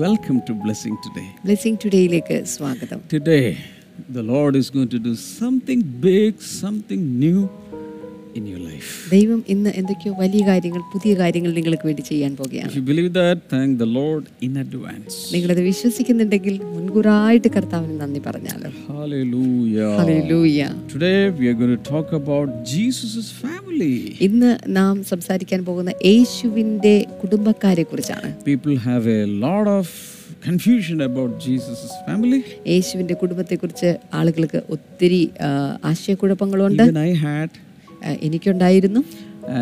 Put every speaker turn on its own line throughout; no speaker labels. Welcome to Blessing Today.
Blessing ടുഡേയിലേക്ക് സ്വാഗതം
Today, the Lord is going to do something big, something new in your life.
ദൈവം ഇന്ന് എന്തൊക്കെയോ വലിയ കാര്യങ്ങൾ പുതിയ കാര്യങ്ങൾ നിങ്ങൾക്ക് വേണ്ടി ചെയ്യാൻ
If
പോകുകയാണ്
you believe that, thank the Lord in advance.
നിങ്ങളത് വിശ്വസിക്കുന്നുണ്ടെങ്കിൽ മുൻകൂറായിട്ട് കർത്താവിന് നന്ദി പറഞ്ഞാലോ
Hallelujah.
ഹല്ലേലൂയ
Today, we are going to talk about Jesus' family.
ഇന്ന് നാം സംസാരിക്കാൻ പോകുന്ന യേശുവിൻ്റെ കുടുംബക്കാരെ കുറിച്ചാണ്
People have a lot of confusion about Jesus' family.
യേശുവിൻ്റെ കുടുംബത്തെക്കുറിച്ച് ആളുകൾക്ക് ഒത്തിരി ആ, ആശയക്കുഴപ്പങ്ങളുണ്ട്
Even I had.
ആ, എനിക്കുണ്ടായിരുന്നു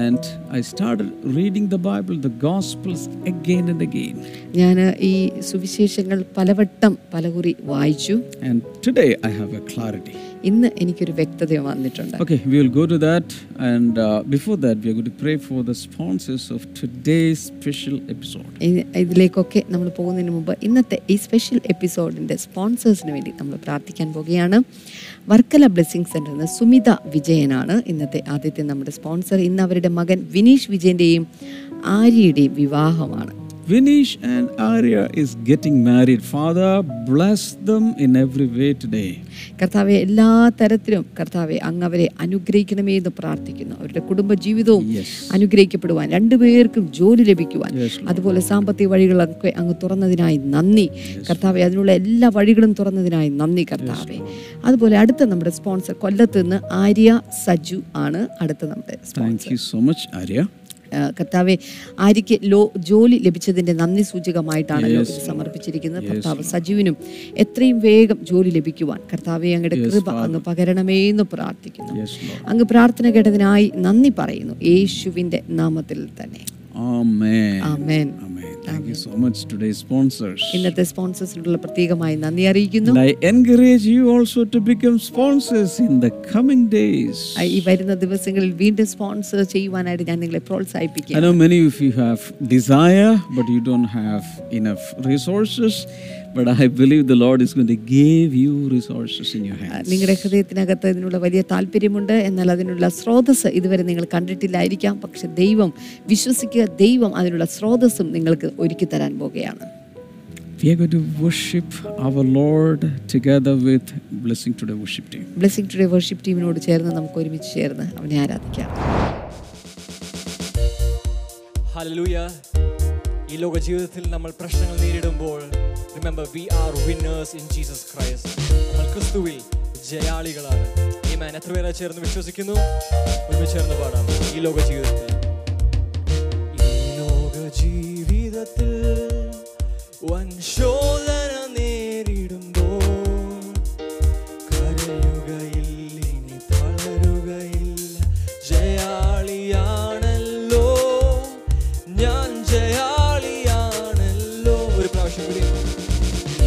And I started reading the Bible, the Gospels, again and again.
ഞാൻ ഈ സുവിശേഷങ്ങൾ പലവട്ടം പലകുറി വായിച്ചു
And today I have a clarity.
ഇന്ന് എനിക്കൊരു വ്യക്തത വന്നിട്ടുണ്ട്
Okay, we will go to that. And uh, before that, we are going to pray for the sponsors of today's special episode.
ഇ- ഇതിലേക്കൊക്കെ നമ്മൾ പോകുന്നതിന് മുമ്പ് ഇന്നത്തെ ഈ സ്പെഷ്യൽ എപ്പിസോഡിൻ്റെ സ്പോൺസേഴ്സിന് വേണ്ടി നമ്മൾ പ്രാർത്ഥിക്കാൻ പോകുകയാണ് വർക്കല ബ്ലെസ്സിങ് സെൻ്ററിൽ നിന്ന് സുമിത വിജയനാണ് ഇന്നത്തെ ആദ്യത്തെ നമ്മുടെ സ്പോൺസർ ഇന്ന് അവരുടെ മകൻ വിനീഷ് വിജയൻ്റെയും ആര്യയുടെയും വിവാഹമാണ്
Vinish and Arya is getting married. Father, bless them in every way today.
കർത്താവെ എല്ലാ തരത്തിലും കർത്താവെ അങ്ങ് അവരെ അനുഗ്രഹിക്കണമേ എന്ന് പ്രാർത്ഥിക്കുന്നു അവരുടെ കുടുംബ ജീവിതവും
Yes.
അനുഗ്രഹിക്കപ്പെടുവാൻ രണ്ടുപേർക്കും ജോലി ലഭിക്കുവാൻ
Yes, Lord.
അതുപോലെ സാമ്പത്തിക വഴികളൊക്കെ അങ്ങ് തുറന്നതിനായി നന്ദി കർത്താവെ അതിനുള്ള എല്ലാ വഴികളും തുറന്നതിനായി നന്ദി കർത്താവെ അതുപോലെ അടുത്ത നമ്മുടെ സ്പോൺസർ കൊല്ലത്ത് നിന്ന് ആര്യ സജു ആണ് അടുത്ത നമ്മുടെ
Thank you so much, Arya.
ആ, കർത്താവെ ആര്യയ്ക്ക് ലോ ജോലി ലഭിച്ചതിന്റെ നന്ദി സൂചകമായിട്ടാണ് ഇത് സമർപ്പിച്ചിരിക്കുന്നത് കർത്താവ് സജീവിനും എത്രയും വേഗം ജോലി ലഭിക്കുവാൻ കർത്താവെ അങ്ങയുടെ കൃപ അങ്ങ് പകരണമേ എന്ന് പ്രാർത്ഥിക്കുന്നു
Yes, Lord.
അങ്ങ് പ്രാർത്ഥന കേട്ടതിനായി നന്ദി പറയുന്നു യേശുവിന്റെ നാമത്തിൽ തന്നെ
Amen.
Amen
Amen. Thank you so much, today's sponsors.
ഇന്നത്തെ സ്പോൺസേഴ്സിനുള്ള പ്രത്യേകമായി നന്ദി അറിയിക്കുന്നു
And I encourage you also to become sponsors in the coming days.
ആ, ഈ വരുന്ന ദിവസങ്ങളിൽ വീണ്ടും സ്പോൺസർ ചെയ്യുവാനായിട്ട് ഞാൻ നിങ്ങളെ പ്രോത്സാഹിപ്പിക്കുക
I know many of you have desire, but you don't have enough resources. But I believe the Lord is going to give you resources in your hands.
നിങ്ങളുടെ ഹൃദയത്തിനകത്ത് ഇതിനുള്ള വലിയ താല്പര്യമുണ്ട് എന്നാൽ അതിനുള്ള സ്രോതസ് ഇതുവരെ നിങ്ങൾ കണ്ടിട്ടില്ലായിരിക്കാം പക്ഷെ ദൈവം വിശ്വസിക്കുക ദൈവം അതിനുള്ള സ്രോതസ്സും നിങ്ങൾക്ക് ഒരുക്കി തരാൻ പോകുകയാണ്
We are going to worship our Lord together with Blessing Today Worship Team.
Blessing today worship ടീമിനോട് ചേർന്ന് നമുക്ക് ഒരുമിച്ച് ചേർന്ന് അവനെ ആരാധിക്കാം
ഹല്ലേലൂയ ഈ ലോക ജീവിതത്തിൽ നമ്മൾ പ്രശ്നങ്ങൾ നേരിടുമ്പോൾ remember we are winners in Jesus Christ നമ്മൾ ക്രിസ്തുവിൽ ജയാളികളാണ് ഈ മാൻ എത്ര പേരെ ചേർന്ന് വിശ്വസിക്കുന്നു ഒരുമിച്ച് ചേർന്ന് പാടാം ഈ ലോക ജീവിതത്തിൽ ഈ ലോക ജീവിതത്തിൽ വൻശോധന നേരിടുമ്പോൾ കരയുകയില്ലിനി തളരുകയില്ല. ജയാളിയാണല്ലോ ഞാൻ ജയാളിയാണല്ലോ ഒരു പ്രാവശ്യം കൂടി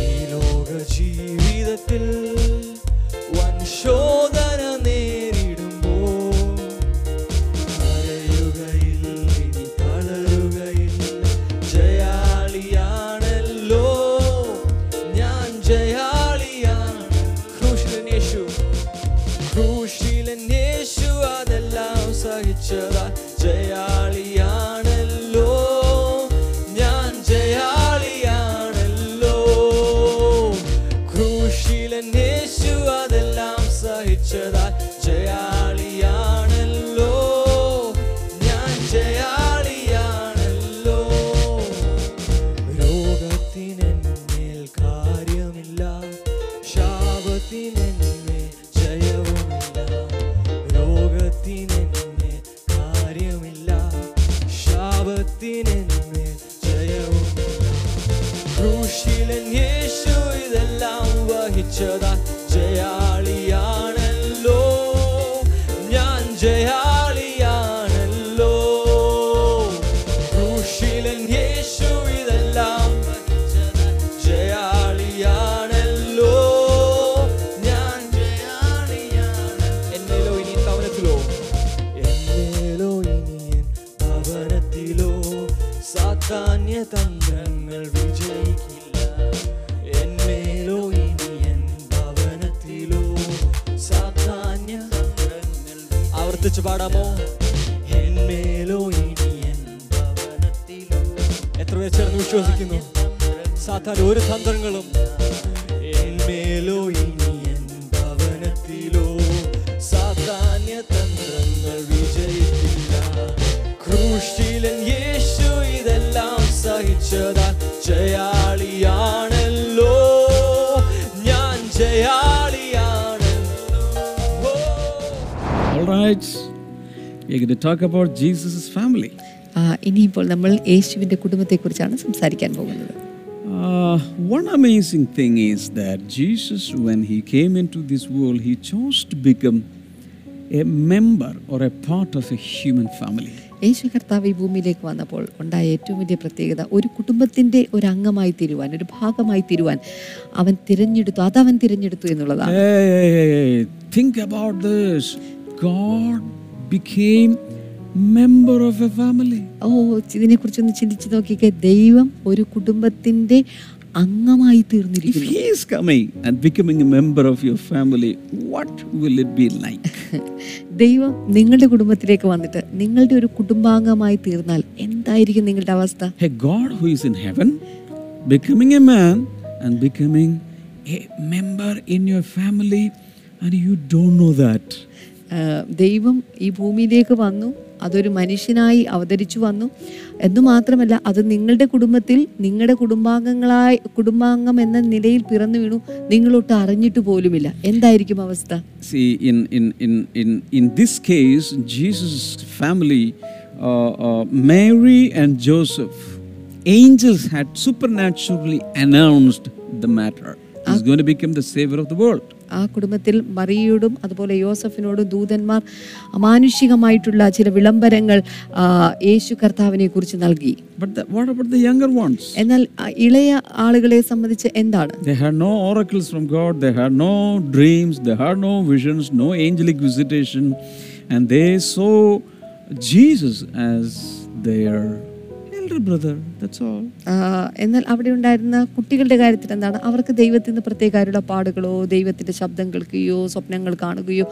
ഈ ലോക ജീവിതത്തിൽ വൻശോധന നേരിടുമ്പോൾ കരയുകയില്ലിനി തളരുകയില്ല. ജയാളിയാണല്ലോ ഞാൻ ജയാളിയാണ് ക്രൂശിലൻ യേശു ക്രൂശിലൻ യേശു അതെല്ലാം സഹിച്ചതാ ജയാളിയാണല്ലോ ഞാൻ ജയാളിയാണല്ലോ ക്രൂശിലൻ യേശു അതെല്ലാം സഹിച്ചതാ ജയാളിയാണല്ലോ ഞാൻ ജയാളിയാണല്ലോ രോഗത്തിനെന്നേൽ കാര്യമില്ല ശാപത്തിനെന്നെ ജയവുമില്ല രോഗത്തിനെന്നെ കാര്യമില്ല ശാപത്തിനെന്നെ ജയവുമില്ല ക്രൂശിലൻ യേശു ഇതെല്ലാം വഹിച്ചതാ ജയാളിയാണല്ലോ ഞാൻ ജയാളിയാണല്ലോ ക്രൂശിലൻ യേശു ഇതെല്ലാം വഹിച്ചതാ ജയാളിയാണല്ലോ ഞാൻ ജയാളിയാണ് എന്നിലോ ഇനി തവനത്തിലോ എന്നേലോ ഇനിയൻ ഭവനത്തിലോ സാധാന്യ തന്ത്രങ്ങൾ വിജയിക്കില്ല എന്നേലോ ഇനിയൻ ഭവനത്തിലോ സാധാന്യ തന്ത്രങ്ങൾ ആവർത്തിച്ച് പാടാമോ എന്നേലോ ഇനിയൻ ഭവനത്തിലോ എത്ര പേർ ചേർന്ന് വിശ്വസിക്കുന്നു സാത്താൻ ഒരു തന്ത്രങ്ങളും എന്മേലോ ഇനി എൻ ഭവനത്തിലോ സാധാന്യ തന്ത്രങ്ങൾ വിജയിക്കില്ല ക്രൂശിലൻ യേശു ഇതെല്ലാം സഹിച്ചതാ ജയാളിയാണല്ലോ ഞാൻ ജയാളിയാണല്ലോ ഓ
All right. We're going to talk about Jesus' family.
ആ, ഇനിയിപ്പോൾ നമ്മൾ യേശുവിൻ്റെ കുടുംബത്തെക്കുറിച്ചാണ് സംസാരിക്കാൻ പോകുന്നത്
Uh, one amazing thing is that Jesus, when he came into this world, he chose to become a member or a part of a human family.
യേശു കർത്താവ് ഈ ഭൂമിയിലേക്ക് വന്നപ്പോൾ ഉണ്ടായ ഏറ്റവും വലിയ പ്രത്യേകത ഒരു കുടുംബത്തിൻ്റെ ഒരു അംഗമായി തീരുവാൻ ഒരു ഭാഗമായി തീരുവാൻ അവൻ തിരഞ്ഞെടുത്തു അത് അവൻ തിരഞ്ഞെടുത്തു എന്നുള്ളതാണ്
Hey, hey, hey, hey, think about this. God became member of a family.
ഓ ഇതിനെക്കുറിച്ചൊന്ന് ചിന്തിച്ചു നോക്കിക്കേ ദൈവം ഒരു കുടുംബത്തിൻ്റെ അംഗമായി
If
തീർന്നിരിക്കുന്നു
he is coming and becoming a member of your family, what will it be like?
ദൈവം നിങ്ങളുടെ കുടുംബത്തിലേക്ക് വന്നിട്ട് നിങ്ങളുടെ ഒരു കുടുംബാംഗമായി തീർന്നാൽ എന്തായിരിക്കും നിങ്ങളുടെ അവസ്ഥ
a God who is in heaven becoming a man and becoming a member in your family, and you don't know that.
ആ, ദൈവം ഈ ഭൂമിയിലേക്ക് വന്നു അതൊരു മനുഷ്യനായി അവതരിച്ചു വന്നു എന്നു മാത്രമല്ല അത് നിങ്ങളുടെ കുടുംബത്തിൽ നിങ്ങളുടെ കുടുംബാംഗങ്ങളായി കുടുംബാംഗം എന്ന നിലയിൽ പിറന്നു വീണു നിങ്ങളൊട്ട് അറിഞ്ഞിട്ട് പോലുമില്ല എന്തായിരിക്കും അവസ്ഥ
See, in in in in in this case, Jesus' family, uh, uh, Mary and Joseph, angels had supernaturally announced the matter. He's going to become the savior of the world.
ആ കുടുംബത്തിൽ മറിയോടും അതുപോലെ യോസഫിനോടും ദൂതന്മാർ അമാനുഷികമായിട്ടുള്ള ചില വിളംബരങ്ങൾ ആ, യേശു കർത്താവിനെ കുറിച്ച് നൽകി
But the, what about the younger ones?
എന്നാൽ ആ, ഇളയ ആളുകളെ സംബന്ധിച്ച് എന്താണ്
They had no oracles from God, they had no dreams, they had no visions, no angelic visitation, and they saw Jesus as their elder brother. That's all.
ആ, എന്നാൽ അവിടെ ഉണ്ടായിരുന്ന കുട്ടികളുടെ കാര്യത്തിൽ എന്താണ് അവർക്ക് ദൈവത്തിൽ നിന്ന് പ്രത്യേകമായുള്ള പാടുകളോ ദൈവത്തിന്റെ ശബ്ദം കേൾക്കുകയോ സ്വപ്നങ്ങൾ കാണുകയോ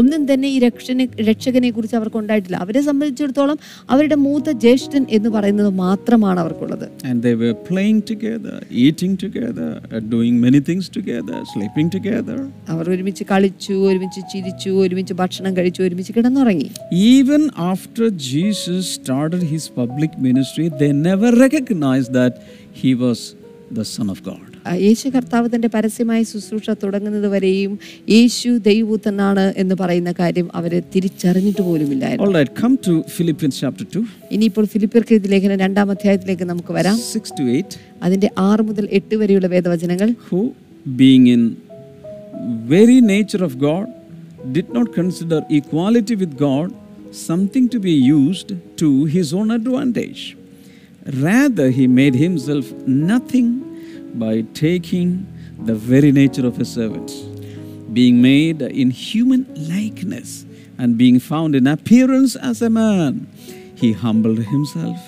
ഒന്നും തന്നെ ഈ രക്ഷനെ രക്ഷകനെ കുറിച്ച് അവർക്ക് ഉണ്ടായിട്ടില്ല അവരെ സംബന്ധിച്ചിടത്തോളം അവരുടെ മൂത്ത ജ്യേഷ്ഠൻ എന്ന് പറയുന്നത് മാത്രമാണ് അവർക്കുള്ളത്
And they were playing together, eating together, uh, doing many things together, sleeping together.
അവർ ഒരുമിച്ച് കളിച്ചു ഒരുമിച്ച് ചിരിച്ചു ഒരുമിച്ച് ഭക്ഷണം കഴിച്ചു ഒരുമിച്ച് കിടന്നുറങ്ങി
Even after Jesus started his public ministry, they never recognized that he was the Son of God.
ആ, യേശു കർത്താവ് തന്റെ പരസ്യമായ ശുശ്രൂഷ തുടങ്ങുന്നത് വരെയും യേശു ദൈവൂത്തനാണ് എന്ന് പറയുന്ന കാര്യം അവരെ തിരിച്ചറിഞ്ഞിട്ട് പോലുമില്ലായിരുന്നു
All right, come to Philippians chapter 2,
ഇനിയിപ്പോൾ ഫിലിപ്പിയർക്ക് ഇത് ലേഖനം രണ്ടാം അധ്യായത്തിലേക്ക് നമുക്ക് വരാം
6 to 8.
അതിന്റെ ആറ് മുതൽ എട്ട് വരെയുള്ള വേദവചനങ്ങൾ
who, being in very nature of God, did not consider equality with God something to be used to his own advantage. Rather, he made himself nothing by taking the very nature of a servant. Being made in human likeness and being found in appearance as a man, he humbled himself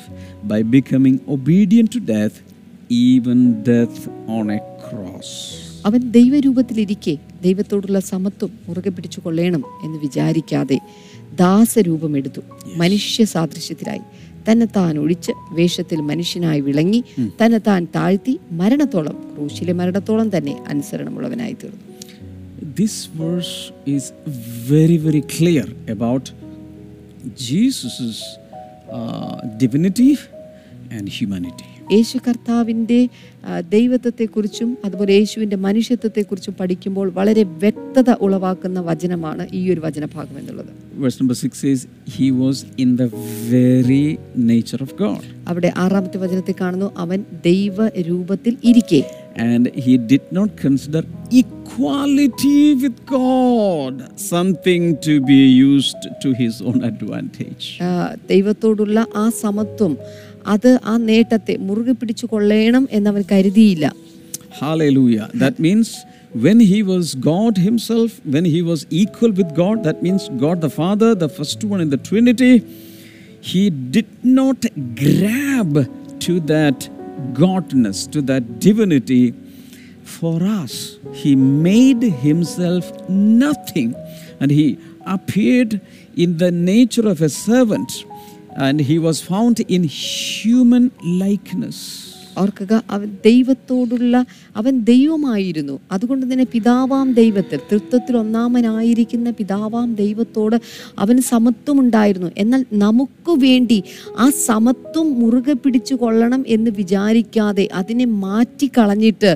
by becoming obedient to death, even death on a cross.
അവൻ ദൈവരൂപത്തിലിരിക്കെ ദൈവത്തോടുള്ള സമത്വം മുറുകെ പിടിച്ചു കൊള്ളേണം എന്ന് വിചാരിക്കാതെ ദാസരൂപമെടുത്തു മനുഷ്യ സാദൃശ്യത്തിലായി തന്നെ താൻ ഒഴിച്ച് വേഷത്തിൽ മനുഷ്യനായി വിളങ്ങി തന്നെ താൻ താഴ്ത്തി മരണത്തോളം ക്രൂശിലെ മരണത്തോളം തന്നെ അനുസരണമുള്ളവനായി തീർന്നു
This verse is very, very clear about Jesus' uh, divinity and humanity.
യേശു കർത്താവിൻ്റെ ആ, ദൈവത്വത്തെക്കുറിച്ചും അതുപോലെ യേശുവിൻ്റെ മനുഷ്യത്വത്തെക്കുറിച്ചും പഠിക്കുമ്പോൾ വളരെ വ്യക്തത ഉളവാക്കുന്ന വചനമാണ് ഈ ഒരു വചനഭാഗം എന്നുള്ളത്
Verse number six says, He was in the very nature of God.
അവിടെ ആറാമത്തെ വചനത്തിൽ കാണുന്നു അവൻ ദൈവ രൂപത്തിൽ ഇരിക്കെ
And he did not consider equality with God something to be used to his own advantage.
ആ, ദൈവത്തോടുള്ള ആ സമത്വം അത് ആ നേട്ടത്തെ മുറുകെ പിടിച്ചു കൊള്ളേണം എന്നവൻ കരുതിയില്ല
Hallelujah. That means when he was God himself, when he was equal with God, that means God the Father, the first one in the Trinity, he did not grab to that godness, to that divinity for us. He made himself nothing and he appeared in the nature of a servant and he was found in human likeness.
ഓർക്കുക അവൻ ദൈവത്തോടുള്ള അവൻ ദൈവമായിരുന്നു അതുകൊണ്ട് തന്നെ പിതാവാം ദൈവത്തിൽ തൃത്വത്തിൽ ഒന്നാമനായിരിക്കുന്ന പിതാവാം ദൈവത്തോട് അവന് സമത്വം ഉണ്ടായിരുന്നു എന്നാൽ നമുക്ക് വേണ്ടി ആ സമത്വം മുറുകെ പിടിച്ചു കൊള്ളണം എന്ന് വിചാരിക്കാതെ അതിനെ മാറ്റിക്കളഞ്ഞിട്ട്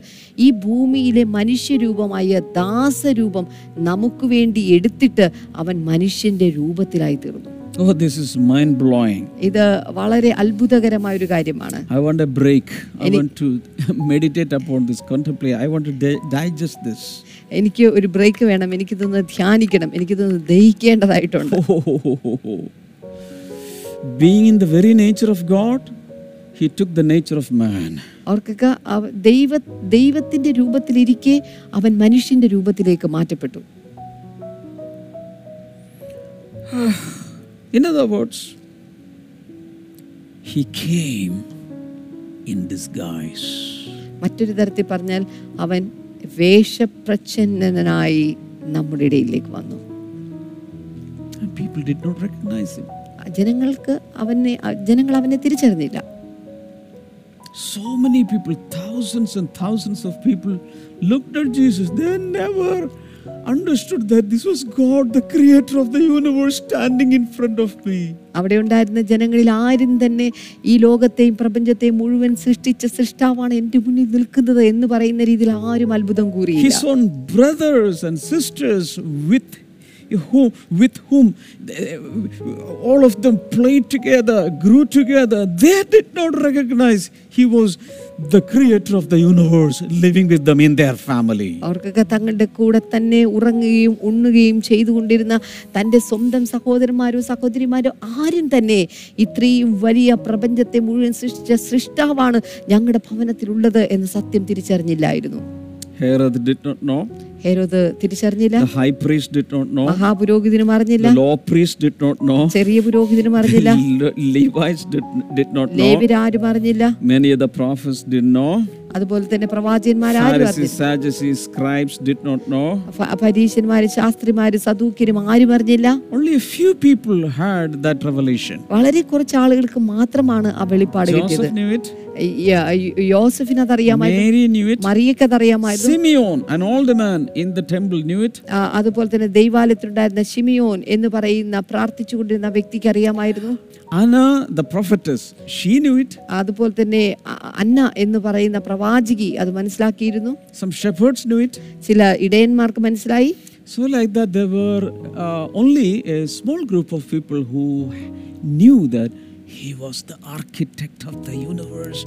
ഈ ഭൂമിയിലെ മനുഷ്യരൂപമായ ദാസരൂപം നമുക്ക് വേണ്ടി എടുത്തിട്ട് അവൻ മനുഷ്യൻ്റെ രൂപത്തിലായി തീർന്നു
Oh, this is mind blowing.
ഇത് വളരെ അത്ഭുതകരമായ ഒരു കാര്യമാണ്
I want a break. I want to meditate upon this, contemplate. I want to di- digest this.
എനിക്ക് ഒരു ബ്രേക്ക് വേണം എനിക്കിതൊന്ന് ധ്യാനിക്കണം എനിക്കിതൊന്ന് ദഹിക്കേണ്ടതായിട്ടുണ്ട്
Oh. Being in the very nature of God, He took the nature of man.
അവർക്കൊക്കെ അവ- ദൈവ ദൈവത്തിന്റെ രൂപത്തിലിരിക്കെ അവൻ മനുഷ്യന്റെ രൂപത്തിലേക്ക് മാറ്റപ്പെട്ടു
In other words, He came in disguise.
മറ്റൊരു തരത്തിൽ പറഞ്ഞാൽ അവൻ വേഷപ്രച്ഛന്നനായി നമ്മുടെ ഇടയിലേക്ക് വന്നു
And people did not recognize Him.
ജനങ്ങൾക്ക് അവനെ ജനങ്ങൾ അവനെ തിരിച്ചറിഞ്ഞില്ല
So many people, thousands and thousands of people, looked at Jesus. They never understood that this was God, the creator of the universe, standing in front of me.
അവിടെ ഉണ്ടായിരുന്ന ജനങ്ങളിൽ ആരും തന്നെ ഈ ലോകത്തെയും പ്രപഞ്ചത്തെയും മുഴുവൻ സൃഷ്ടിച്ച സൃഷ്ടാവാണ് എൻ്റെ മുന്നിൽ നിൽക്കുന്നത് എന്ന് പറയുന്ന രീതിയിൽ ആരും അത്ഭുതം കൂറിയില്ല
His own brothers and sisters with whom, with whom they- all of them played together, grew together, they did not recognize he was the creator of the universe living with them in their family.
അവർക്കൊക്കെ തങ്ങളുടെ കൂടെ തന്നെ ഉറങ്ങുകയും ഉണ്ണുകയും ചെയ്തുകൊണ്ടിരുന്ന തൻ്റെ സ്വന്തം സഹോദരന്മാരോ സഹോദരിമാരോ ആരും തന്നെ ഇത്രയും വലിയ പ്രപഞ്ചത്തെ മുഴുവൻ സൃഷ്ടിച്ച സൃഷ്ടാവാണ് ഞങ്ങളുടെ ഭവനത്തിലുള്ളത് എന്ന് സത്യം തിരിച്ചറിഞ്ഞില്ലായിരുന്നു
Herod did not know,
ഹേരോദ് തിരിച്ചറിഞ്ഞില്ല
the high priest did not know.
മഹാപുരോഹിതനും അറിഞ്ഞില്ല
The law priest did not know.
ചെറിയ പുരോഹിതനും അറിഞ്ഞില്ല
Le- Levites did, did not know.
ലേവിരാരും അറിഞ്ഞില്ല
Many of the prophets did know.
അതുപോലെ തന്നെ പ്രവാചകന്മാരും
Pharisees,
അറിഞ്ഞില്ല
Sadducees, scribes did not know.
ഫ- പരീശന്മാരും ശാസ്ത്രിമാരും സദൂക്യരും ആരും അറിഞ്ഞില്ല
Only a few people had that revelation.
വളരെ കുറച്ച് ആളുകൾക്ക് മാത്രമാണ് ആ വെളിപ്പാട് കിട്ടിയത്
Joseph knew it.
യ- യ- യോസഫിന് അതറിയാമായിരുന്നു
Mary knew it.
മറിയക്ക് അതറിയാമായിരുന്നു
Simeon, an old man in the temple, knew it.
ആ, അതുപോലെ തന്നെ ദൈവാലയത്തിലുണ്ടായിരുന്ന ഷിമിയോൻ എന്ന് പറയുന്ന പ്രാർത്ഥിച്ചുകൊണ്ടിരുന്ന വ്യക്തിക്ക് അറിയാമായിരുന്നു
Anna, the prophetess, she knew it.
അതുപോലെ തന്നെ അ- അന്ന എന്ന് പറയുന്ന പ്രവാചകി അത് മനസ്സിലാക്കിയിരുന്നു
Some shepherds knew it.
ചില ഇടയന്മാർക്ക് മനസ്സിലായി
So, like that, there were uh, only a small group of people who knew that he was the architect of the universe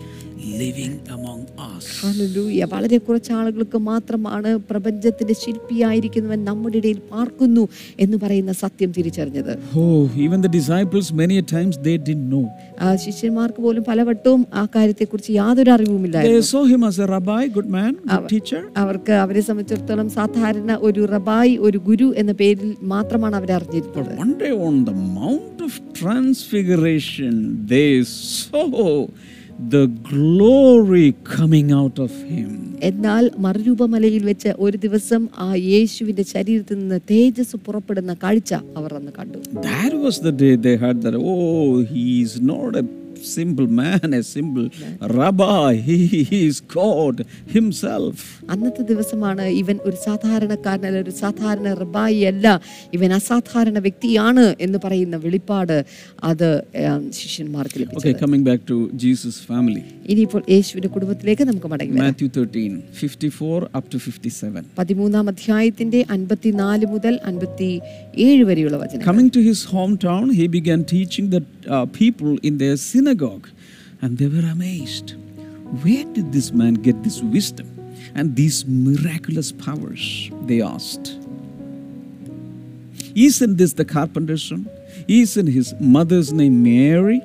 living among us.
Hallelujah. വളരെ കുറച്ച് ആളുകൾക്ക് മാത്രമാണ് പ്രപഞ്ചത്തിന്റെ ശില്പിയായിരിക്കുന്നവൻ നമ്മുടെ ഇടയിൽ പാർക്കുന്നു എന്ന് പറയുന്ന സത്യം തിരിച്ചറിഞ്ഞത്
Oh, even the disciples, many a times they didn't know.
ആ, ശിഷ്യന്മാർക്ക് പോലും പലവട്ടവും ആ കാര്യത്തെക്കുറിച്ച് യാതൊരു അറിവുമില്ലായിരുന്നു
They saw him as a rabbi, good man, good teacher.
അവർക്ക് അവരെ സംബന്ധിച്ചിടത്തോളം സാധാരണ ഒരു റബായി ഒരു ഗുരു എന്ന പേരിൽ മാത്രമാണ് അവരെ അറിഞ്ഞിരുന്നത്
One day on the Mount of Transfiguration, they saw the glory coming out of him.
എന്നാൽ മറുരൂപമലയിൽ വെച്ച് ഒരു ദിവസം ആ യേശുവിന്റെ ശരീരത്തിൽ നിന്ന് തേജസ് പുറപ്പെടുന്ന കാഴ്ച അവർ അന്ന് കണ്ടു
That was the day they heard that, oh, he is not a simple man, a simple rabbi. He, he is God himself.
അന്നത്തെ ദിവസമാണ് ഇവൻ ഒരു സാധാരണക്കാരനല്ല ഒരു സാധാരണ റബായി അല്ല ഇവൻ അസാധാരണ വ്യക്തിയാണ് എന്ന് പറയുന്ന വെളിപ്പാട് അത് ഏം, ശിഷ്യന്മാർക്ക് ലഭിച്ചു
Okay, coming back to Jesus' family.
ഇനിയിപ്പോൾ യേശുവിന്റെ കുടുംബത്തിലേക്ക് നമുക്ക് മടങ്ങി വരാം.
Matthew 13, 54 up to 57.
പതിമൂന്നാം അധ്യായത്തിന്റെ അൻപത്തിനാല് മുതൽ അൻപത്തി ഏഴ് വരെയുള്ള വചനം
Coming to his hometown, he began teaching the uh, people in their synagogue, and they were amazed. Where did this man get this wisdom and these miraculous powers? They asked. Isn't this the carpenter's son? Isn't his mother's name Mary?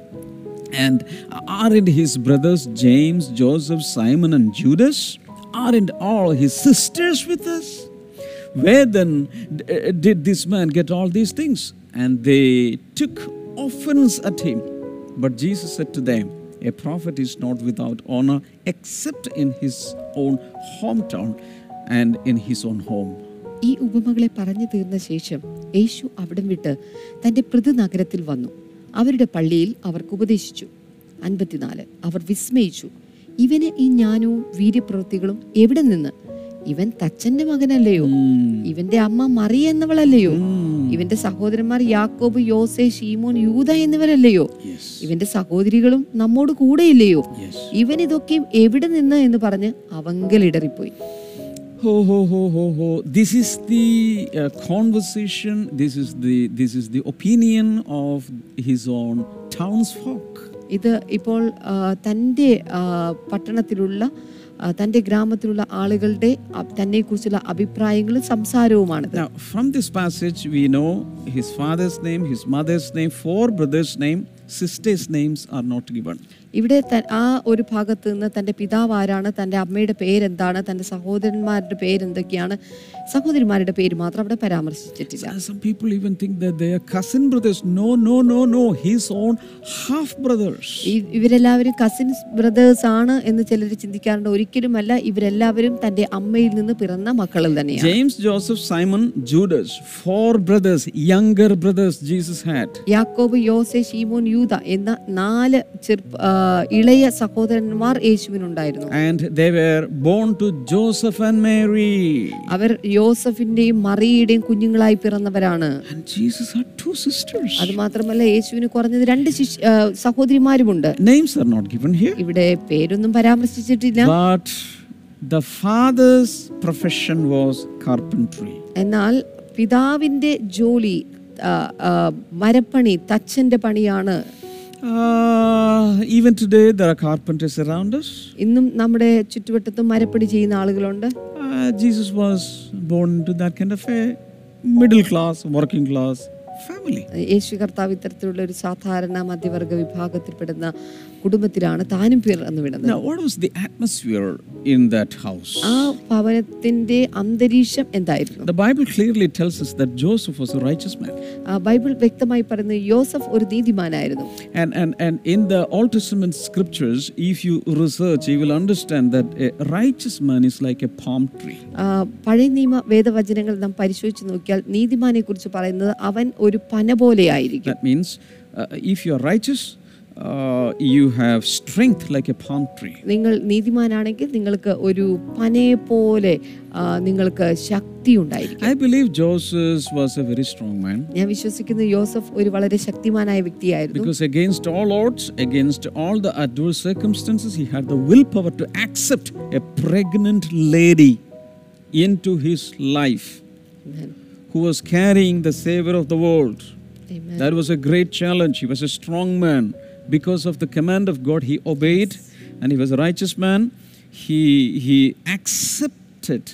And aren't his brothers James, Joseph, Simon, and Judas? Aren't all his sisters with us? Where then d- uh, did this man get all these things? And they took offense at him. But Jesus said to them, A prophet is not without honor except in his own hometown and in his own home.
ഈ ഉപമകളെ പറഞ്ഞു തീർന്ന ശേഷം യേശു അവിടം വിട്ട് തന്റെ പൃഥുനഗരത്തിൽ വന്നു അവരുടെ പള്ളിയിൽ അവർക്ക് ഉപദേശിച്ചു അൻപത്തിനാല് അവർ വിസ്മയിച്ചു ഇവന് ഈ ജ്ഞാനവും വീര്യപ്രവൃത്തികളും എവിടെ നിന്ന് ഇവൻ തച്ചന്റെ മകനല്ലയോ ഇവന്റെ അമ്മ മറിയ എന്നവളല്ലയോ ഇവന്റെ സഹോദരന്മാർ യാക്കോബ് യോസെ ഷീമോൻ യൂത എന്നിവരല്ലയോ
Yes.
ഇവന്റെ സഹോദരികളും നമ്മോട് കൂടെയില്ലയോ
Yes.
ഇവൻ ഇതൊക്കെയും എവിടെ നിന്ന് എന്ന് പറഞ്ഞ് അവങ്കലിടറിപ്പോയി
Ho ho ho ho ho. This is the uh, conversation. This is the this is the opinion of his own townsfolk.
ഇത് ഇപ്പോൾ ആ, തൻ്റെ ആ, പട്ടണത്തിലുള്ള ആ, തൻ്റെ ഗ്രാമത്തിലുള്ള ആളുകളുടെ തന്നെ കുറിച്ചുള്ള അഭിപ്രായങ്ങളും സംസാരവുമാണിത്
Now, from this passage, we know his father's name, his mother's name, four brothers' name, sisters' names are not given.
ഇവിടെ ത- ആ ഒരു ഭാഗത്ത് നിന്ന് തൻ്റെ പിതാവ് ആരാണ് തൻ്റെ അമ്മയുടെ പേരെന്താണ് തൻ്റെ സഹോദരന്മാരുടെ പേരെന്തൊക്കെയാണ് സഹോദരിമാരുടെ പേര് മാത്രം അവിടെ പരാമർശിച്ചിട്ടില്ല
Uh, Some people even think that they are cousin brothers. No, no, no, no. His own half brothers.
ഈ ഇവരെല്ലാവരും കസിൻസ് ബ്രദേഴ്സ് ആണ് എന്ന് ചിലർ ചിന്തിക്കാറുണ്ട് ഒരിക്കലുമല്ല ഇവരെല്ലാവരും തൻ്റെ അമ്മയിൽ നിന്ന് പിറന്ന മക്കളിൽ തന്നെയാണ്
James, Joseph, Simon, Judas, four brothers, younger brothers Jesus had.
യാക്കോബ് യോസെ ശീമോൻ യൂത എന്ന നാല് ചെറുപ്പ ആ, ഇളയ സഹോദരന്മാർ യേശുവിനുണ്ടായിരുന്നു
And they were born to Joseph and Mary.
Our യോസഫിന്റെയും മറിയയുടെയും കുഞ്ഞുങ്ങളായി പിറന്നവരാണ്
And Jesus had two sisters.
അത് മാത്രമല്ല യേശുവിന് കുറഞ്ഞത് രണ്ട് ശിശ് ആ, സഹോദരിമാരുമുണ്ട്
Names are not given here.
ഇവിടെ പേരൊന്നും പരാമർശിച്ചിട്ടില്ല
But the father's profession was carpentry.
എന്നാൽ പിതാവിന്റെ ജോലി ആ, ആ, മരപ്പണി തച്ചന്റെ പണിയാണ്
Uh, even today, there are carpenters around us.
ഇന്നും നമ്മുടെ ചുറ്റുവട്ടത്തും മരപ്പണി ചെയ്യുന്ന ആളുകളുണ്ട്
Uh, Jesus was born into that kind of a middle class, working class family.
യേശു കർത്താവ് ഇത്തരത്തിലുള്ള ഒരു സാധാരണ മധ്യവർഗ വിഭാഗത്തിൽപ്പെടുന്ന കുടുംബത്തിലാണ് താനും പിറന്നു വിടുന്നത്
Now, what was the atmosphere in that house?
ആ ഭവനത്തിന്റെ അന്തരീക്ഷം എന്തായിരുന്നു
The Bible clearly tells us that Joseph was a righteous man.
ആ ബൈബിൾ വ്യക്തമായി പറയുന്നത് യോസഫ് ഒരു നീതിമാനായിരുന്നു
And, and, and in the Old Testament scriptures, if you research, you will understand that a righteous man is like a palm tree.
ആ, പഴയ നിയമ വേദവചനങ്ങൾ നാം പരിശോധിച്ച് നോക്കിയാൽ നീതിമാനെ കുറിച്ച് പറയുന്നത് അവൻ ഒരു പന പോലെയായിരിക്കും
That means uh, if you are righteous, uh, you have strength like a palm tree.
നിങ്ങൾ നീതിമാനാണെങ്കിൽ നിങ്ങൾക്ക് ഒരു പനയെ പോലെ ആ, നിങ്ങൾക്ക് ശക്തി ഉണ്ടായിരിക്കും
I believe Joseph was a very strong man.
ഞാൻ വിശ്വസിക്കുന്ന യോസഫ് ഒരു വളരെ ശക്തിമാനായ വ്യക്തിയായിരുന്നു
Because against all odds, against all the adverse circumstances, he had the willpower to accept a pregnant lady into his life
Amen.
who was carrying the savior of the world.
Amen.
That was a great challenge. He was a strong man. Because of the command of God, he obeyed and he was a righteous man. He, he accepted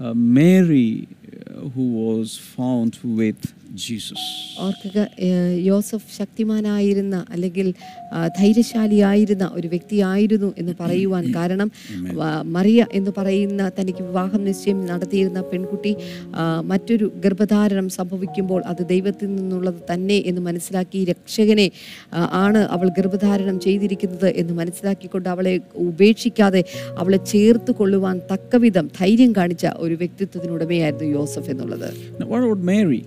uh, Mary, uh, who was found with Jesus.
ഓർക്കുക ഏഹ്, യോസഫ് ശക്തിമാനായിരുന്ന അല്ലെങ്കിൽ ആ, ധൈര്യശാലിയായിരുന്ന ഒരു വ്യക്തിയായിരുന്നു എന്ന് പറയുവാൻ കാരണം വ- മറിയ എന്ന് പറയുന്ന തനിക്ക് വിവാഹം നിശ്ചയം നടത്തിയിരുന്ന പെൺകുട്ടി ആ, മറ്റൊരു ഗർഭധാരണം സംഭവിക്കുമ്പോൾ അത് ദൈവത്തിൽ നിന്നുള്ളത് തന്നെ എന്ന് മനസ്സിലാക്കി രക്ഷകനെ ആ, ആണ് അവൾ ഗർഭധാരണം ചെയ്തിരിക്കുന്നത് എന്ന് മനസ്സിലാക്കിക്കൊണ്ട് അവളെ ഉപേക്ഷിക്കാതെ അവളെ ചേർത്ത് കൊള്ളുവാൻ തക്കവിധം ധൈര്യം കാണിച്ച ഒരു വ്യക്തിത്വത്തിനുടമയായിരുന്നു യോസഫ് എന്നുള്ളത്
Now, what about Mary?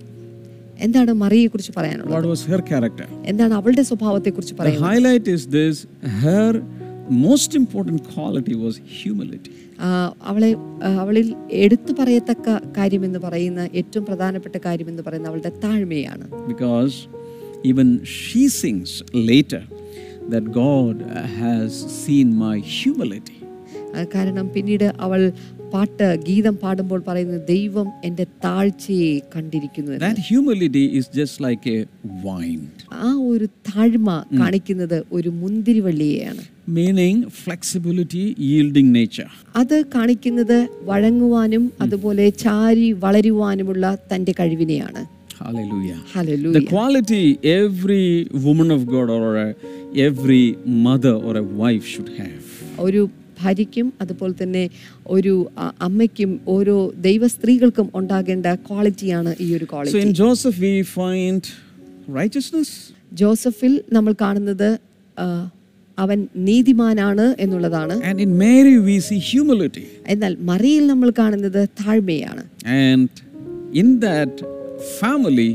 എന്താണ് മറിയെക്കുറിച്ച് പറയാനുള്ളത്
What was her character?
എന്താണ് അവളുടെ സ്വഭാവത്തെ കുറിച്ച്
The
പറയുന്നത്
highlight is this her most important quality was humility.
ആ, അവളെ ആ, അവളിൽ എടുത്തു പറയത്തക്ക കാര്യമെന്ന് പറയുന്ന ഏറ്റവും പ്രധാനപ്പെട്ട കാര്യമെന്ന് പറയുന്ന അവളുടെ താഴ്മയാണ്
Because even she sings later that God has seen my humility.
ആ, കാരണം പിന്നീട് അവൾ പാട്ട് ഗീതം പാടുമ്പോൾ പറയുന്നത് ദൈവം എൻ്റെ താഴ്ചയെ കണ്ടിരിക്കുന്നു എന്ന്.
That humility is just like a wine,
ആ ഒരു താഴ്മ കാണിക്കുന്നത് ഒരു മുന്തിരിവള്ളിയെയാണ്
meaning flexibility, yielding nature.
അത് കാണിക്കുന്നത് വഴങ്ങുവാനും അതുപോലെ ചാരി വളരുവാനുമുള്ള തൻ്റെ കഴിവിനെയാണ്
Hallelujah.
ഹലലു
The quality every woman of God or a, every mother or a wife should have.
ഒരു ഭാര്യയ്ക്കും അതുപോലെ തന്നെ ഒരു അ- അമ്മയ്ക്കും ഓരോ ദൈവ സ്ത്രീകൾക്കും ഉണ്ടാകേണ്ട ക്വാളിറ്റിയാണ് ഈ ഒരു
So
quality
in Joseph we find righteousness,
ജോസഫിൽ നമ്മൾ കാണുന്നത് ആ, അവൻ നീതിമാനാണ് എന്നുള്ളതാണ്
and in Mary we see humility.
എന്നാൽ മറിയിൽ നമ്മൾ കാണുന്നത് താഴ്മയാണ്
And in that family,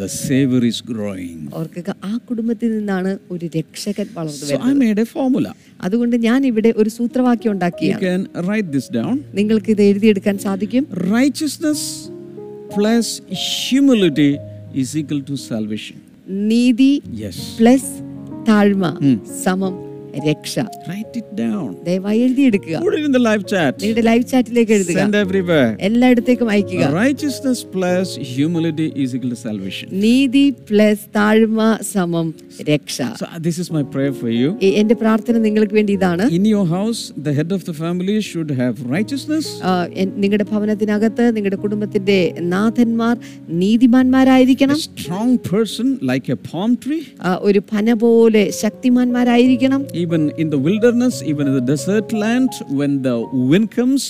the savior is growing.
ഓർക്കുക ആ കുടുംബത്തിൽ നിന്നാണ് ഒരു രക്ഷകൻ വളർന്നു
So
വരുന്നത്
I made a formula.
അതുകൊണ്ട് ഞാൻ ഇവിടെ ഒരു സൂത്രവാക്യം ഉണ്ടാക്കിയ
You can write this down.
നിങ്ങൾക്ക് ഇത് എഴുതിയെടുക്കാൻ സാധിക്കും
Righteousness plus humility is equal to salvation.
നീതി
Yes.
പ്ലസ് താഴ്മ സമം രക്ഷ
Write it down.
ദയവായി എഴുതിയെടുക്കുക
Put it in the live chat.
നിങ്ങളുടെ ലൈവ് ചാറ്റിലേക്ക് എഴുതുക
Send everywhere.
എല്ലായിടത്തേക്കും അയക്കുക
Righteousness plus humility is equal to salvation.
നീതി പ്ലസ് താഴ്മ സമം രക്ഷ
So uh, this is my prayer for you.
എ- എന്റെ പ്രാർത്ഥന നിങ്ങൾക്ക് വേണ്ടി ഇതാണ്
In your house, the head of the family should have righteousness,
Uh, നിങ്ങളുടെ ഭവനത്തിനകത്ത് നിങ്ങളുടെ കുടുംബത്തിന്റെ നാഥന്മാർ നീതിമാന്മാരായിരിക്കണം
strong person like a palm tree.
ആ, ഒരു പന പോലെ ശക്തിമാന്മാരായിരിക്കണം
Even in the wilderness, even in the desert land, when the wind comes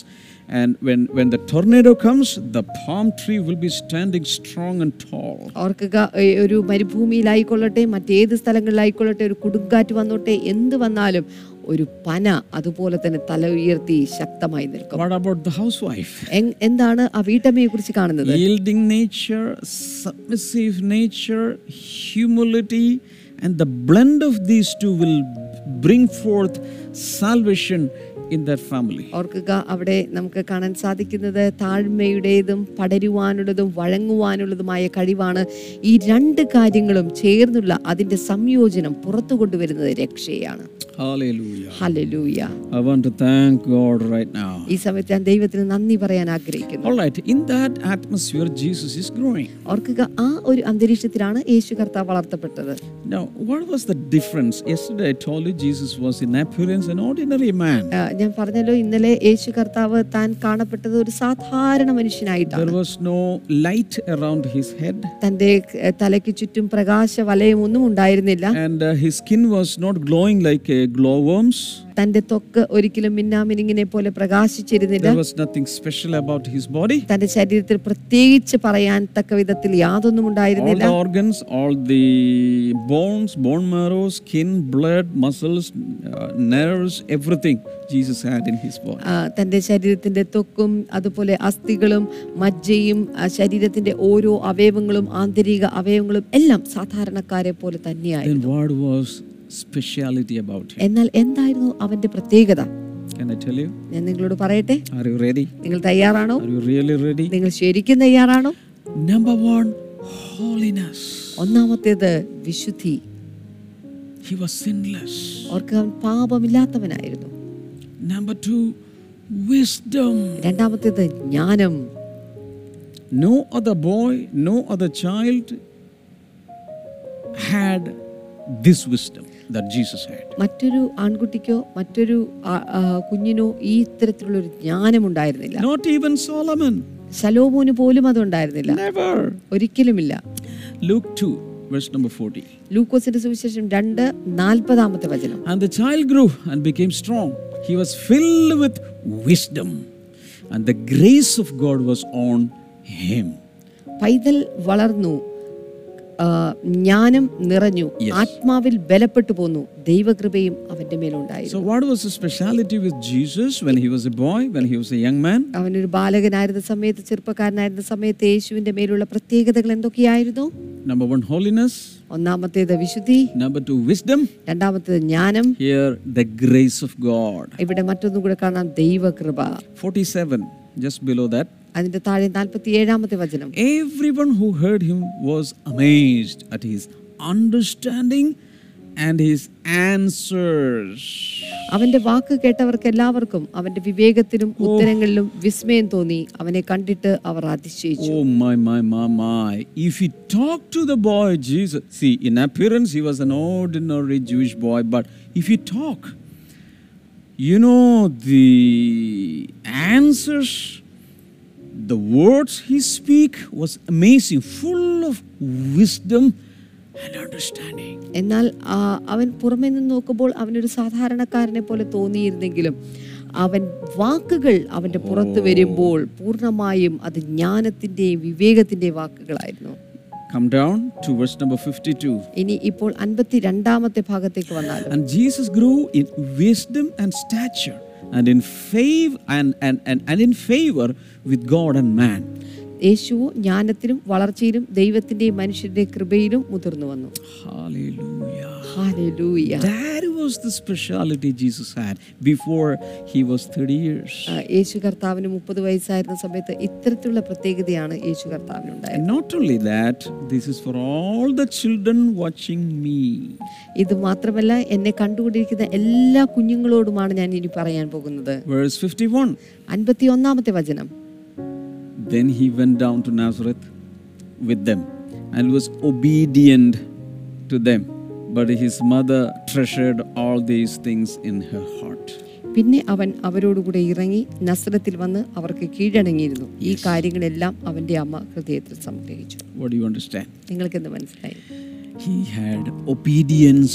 and when, when the tornado comes, the palm tree will be standing strong and tall.
ഓർക്കുക ഏ- ഒരു മരുഭൂമിയിലായിക്കൊള്ളട്ടെ മറ്റേത് സ്ഥലങ്ങളിലായിക്കൊള്ളട്ടെ ഒരു കൊടുങ്കാറ്റ് വന്നോട്ടെ എന്ത് വന്നാലും ഒരു പന അതുപോലെ തന്നെ തല ഉയർത്തി ശക്തമായി നിൽക്കും
What about the housewife?
എങ്- എന്താണ് ആ വീട്ടമ്മയെ കുറിച്ച് കാണുന്നത്
Yielding nature, submissive nature, humility, and the blend of these two will bring forth salvation in that family.
ഓർക്കുക അവിടെ നമുക്ക് കാണാൻ സാധിക്കുന്നത് താഴ്മയുടേതും പടരുവാനുള്ളതും വഴങ്ങുവാനുള്ളതുമായ കഴിവാണ് ഈ രണ്ട് കാര്യങ്ങളും ചേർന്നുള്ള അതിന്റെ സംയോജനം പുറത്തു കൊണ്ടുവരുന്നത് രക്ഷയാണ്
Hallelujah.
Hallelujah
I want to thank God right now.
ഈ സമയത്ത് ഞാൻ ദൈവത്തിന് നന്ദി പറയാൻ ആഗ്രഹിക്കുന്നു
All right, in that atmosphere, Jesus is growing.
ഓർക്കുക ആ ഒരു അന്തരീക്ഷത്തിലാണ് യേശു കർത്താവ് വളർത്തപ്പെട്ടത്
Now, what was the difference? Yesterday, I told you Jesus was in appearance an ordinary man.
ആ, ഞാൻ പറഞ്ഞല്ലോ ഇന്നലെ യേശു കർത്താവ് താൻ കാണപ്പെട്ടത് ഒരു സാധാരണ
There
മനുഷ്യനായിട്ടാണ്
was no light around his head,
തന്റെ ഏഹ്, തലയ്ക്ക് ചുറ്റും പ്രകാശ വലയമൊന്നും ഉണ്ടായിരുന്നില്ല
and uh, his skin was not glowing like a glowworm's.
തന്റെ ത്വക്ക് ഒരിക്കലും മിന്നാമിനിങ്ങിനെ പോലെ പ്രകാശിച്ചിരുന്നില്ല
There was nothing special about his body.
തന്റെ ശരീരത്തിൽ പ്രത്യേകിച്ച് പറയാൻ തക്ക വിധത്തിൽ യാതൊന്നും
All
ഉണ്ടായിരുന്നില്ല
the organs, all the bones, bone marrow, skin, blood, muscles, uh, nerves, everything Jesus had in his body.
ആ, തന്റെ ശരീരത്തിന്റെ ത്വക്കും അതുപോലെ അസ്ഥികളും മജ്ജയും ആ, ശരീരത്തിന്റെ ഓരോ അവയവങ്ങളും ആന്തരിക അവയവങ്ങളും എല്ലാം സാധാരണക്കാരെ പോലെ തന്നെയായിരുന്നു
Then what was speciality about him?
എന്നാൽ എന്തായിരുന്നു അവന്റെ പ്രത്യേകത
Can I tell you?
ഞാൻ നിങ്ങളോട് പറയട്ടെ
Are you ready?
നിങ്ങൾ തയ്യാറാണോ
Are you really ready?
നിങ്ങൾ ശരിക്കും തയ്യാറാണോ
Number one, holiness.
ഒന്നാമത്തേത് വിശുദ്ധി
He was sinless.
ഓർക്കാൻ പാപമില്ലാത്തവനായിരുന്നു
Number two, wisdom.
രണ്ടാമത്തേത് ജ്ഞാനം
No other boy, no other child had this wisdom that Jesus had.
മറ്റൊരു ആൺകുട്ടിക്കോ മറ്റൊരു ആ, ആ, കുഞ്ഞിനോ ഈ ഇത്തരത്തിലുള്ള ഒരു ജ്ഞാനം ഉണ്ടായിരുന്നില്ല
Not even Solomon.
ശലോമോന് പോലും അതുണ്ടായിരുന്നില്ല
Never.
ഒരിക്കലുമില്ല
Luke 2, verse number 40.
ലൂക്കോസിന്റെ സുവിശേഷം രണ്ട് നാൽപ്പതാമത്തെ വചനം
And the child grew and became strong. He was filled with wisdom, and the grace of God was on him.
പൈതൽ വളർന്നു ആ, ജ്ഞാനം നിറഞ്ഞു ആത്മാവിൽ ബലപ്പെട്ടു പോന്നു ദൈവകൃപയും അവന്റെ മേലുണ്ടായിരുന്നു
So, what was the speciality with Jesus when he was a boy, when he was a young man?
അവനൊരു ബാലകനായിരുന്ന സമയത്ത് ചെറുപ്പക്കാരനായിരുന്ന സമയത്ത് യേശുവിന്റെ മേലുള്ള പ്രത്യേകതകൾ എന്തൊക്കെയായിരുന്നു
Number one, holiness.
ഒന്നാമത്തേത് വിശുദ്ധി
Number two, wisdom.
രണ്ടാമത്തേത് ജ്ഞാനം
Here, the grace of God.
ഇവിടെ മറ്റൊന്നും കൂടെ കാണാം ദൈവകൃപ
47, just below that.
അതിന്റെ താഴെ നാൽപ്പത്തി ഏഴാമത്തെ വചനം
Everyone who heard him was amazed at his understanding and his answers.
അവന്റെ വാക്ക് കേട്ടവർക്ക് എല്ലാവർക്കും അവന്റെ വിവേകത്തിലും ഉത്തരങ്ങളിലും വിസ്മയം തോന്നി അവനെ കണ്ടിട്ട് അവർ അതിശയിച്ചു
Oh my my my my! If he talked to the boy Jesus, see in appearance he was an ordinary Jewish boy, but if he talk, you know the answers, the words he speak was amazing, full of wisdom and understanding.
എന്നാൽ ആ, അവൻ പുറമെ നിന്ന് നോക്കുമ്പോൾ അവനൊരു സാധാരണക്കാരനെ പോലെ തോന്നിയിരുന്നെങ്കിലും അവൻ വാക്കുകൾ അവന്റെ പുറത്ത് വരുമ്പോൾ പൂർണ്ണമായും അത് ജ്ഞാനത്തിന്റെയും വിവേകത്തിന്റെയും വാക്കുകളായിരുന്നു
Come down to verse number fifty-two.
ഇനി ഇപ്പോൾ അൻപത്തി രണ്ടാമത്തെ ഭാഗത്തേക്ക് വന്നാൽ
And Jesus grew in wisdom and stature and in favor and, and, and, and in favor with God and man.
യേശുവോ ജ്ഞാനത്തിലും വളർച്ചയിലും ദൈവത്തിൻ്റെയും മനുഷ്യരുടെയും കൃപയിലും മുതിർന്നു വന്നു
Hallelujah.
Hallelujah
That was the speciality Jesus had before he was 30 years.
ആ, യേശു കർത്താവിന് മുപ്പത് വയസ്സായിരുന്ന സമയത്ത് ഇത്തരത്തിലുള്ള പ്രത്യേകതയാണ് യേശു കർത്താവിനുണ്ടായത്
And not only that, this is for all the children watching me.
ഇത് മാത്രമല്ല എന്നെ കണ്ടുകൊണ്ടിരിക്കുന്ന എല്ലാ കുഞ്ഞുങ്ങളോടുമാണ് ഞാൻ ഇനി പറയാൻ പോകുന്നത്
Verse 51
അൻപത്തി ഒന്നാമത്തെ വചനം
Then he went down to Nazareth with them and was obedient to them. But his mother treasured all these things in her heart.
പിന്നെ അവൻ അവരോടുകൂടെ ഇറങ്ങി നസ്രത്തിൽ വന്ന് അവർക്ക് കീഴടങ്ങിയിരുന്നു ഈ കാര്യങ്ങളെല്ലാം അവന്റെ അമ്മ ഹൃദയത്തിൽ സംഗ്രഹിച്ചു
What do you understand?
നിങ്ങൾക്കെന്ത് മനസ്സിലായി
He had obedience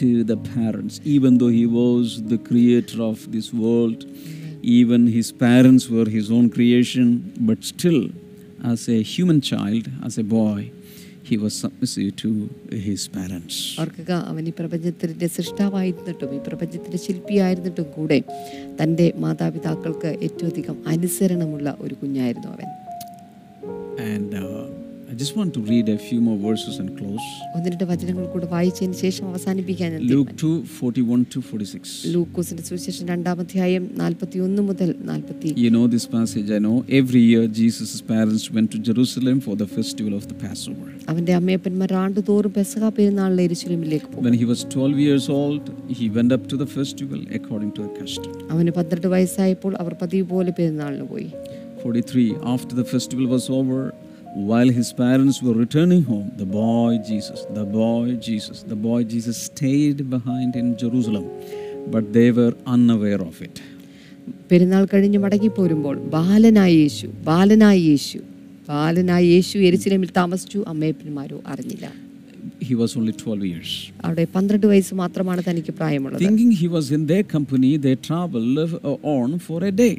to the parents, even though he was the creator of this world. Even his parents were his own creation, but still, as a human child, as a boy, he was submissive to his parents.
ഓർക്കുക അവൻ ഈ പ്രപഞ്ചത്തിൻ്റെ സൃഷ്ടാവായിരുന്നിട്ടും ഈ പ്രപഞ്ചത്തിൻ്റെ ശില്പിയായിരുന്നിട്ടും കൂടെ തൻ്റെ മാതാപിതാക്കൾക്ക് ഏറ്റവും അധികം അനുസരണമുള്ള ഒരു കുഞ്ഞായിരുന്നു അവൻ
And uh, I just want to read a few more verses and close.
ഒന്ന് രണ്ട് വചനങ്ങൾ കൂടെ വായിച്ചതിന് ശേഷം അവസാനിപ്പിക്കാൻ ഞാൻ
Luke
തീരുമാനിച്ചു.
2 41 to 46.
ലൂക്കോസിന്റെ സുവിശേഷം രണ്ടാമധ്യായം നാൽപ്പത്തി ഒന്ന് മുതൽ നാൽപ്പത്തി
You know this passage, I know. Every year, Jesus' parents went to Jerusalem for the festival of the Passover.
അവന്റെ അമ്മയപ്പന്മാർ ആണ്ടുതോറും പെസക പെരുന്നാളിലെ എരിശുലമിലേക്ക് പോകും
When he was 12 years old, he went up to the festival according to the custom.
അവന് പന്ത്രണ്ട് വയസ്സായപ്പോൾ അവർ പതിവ് പോലെ പെരുന്നാളിന് പോയി
43. After the festival was over, while his parents were returning home, the boy Jesus, the boy Jesus, the boy Jesus stayed behind in Jerusalem, but they were unaware of it.
പെരുന്നാൾ കഴിഞ്ഞ് മടങ്ങി പോരുമ്പോൾ ബാലനായ യേശു ബാലനായ യേശു ബാലനായ യേശു എരിശിലമിൽ താമസിച്ചു അമ്മയപ്പന്മാരോ അറിഞ്ഞില്ല
He was only 12 years.
അവിടെ പന്ത്രണ്ട് വയസ്സ് മാത്രമാണ് തനിക്ക് പ്രായമുള്ളത്
Thinking he was in their company, they traveled uh, on for a day.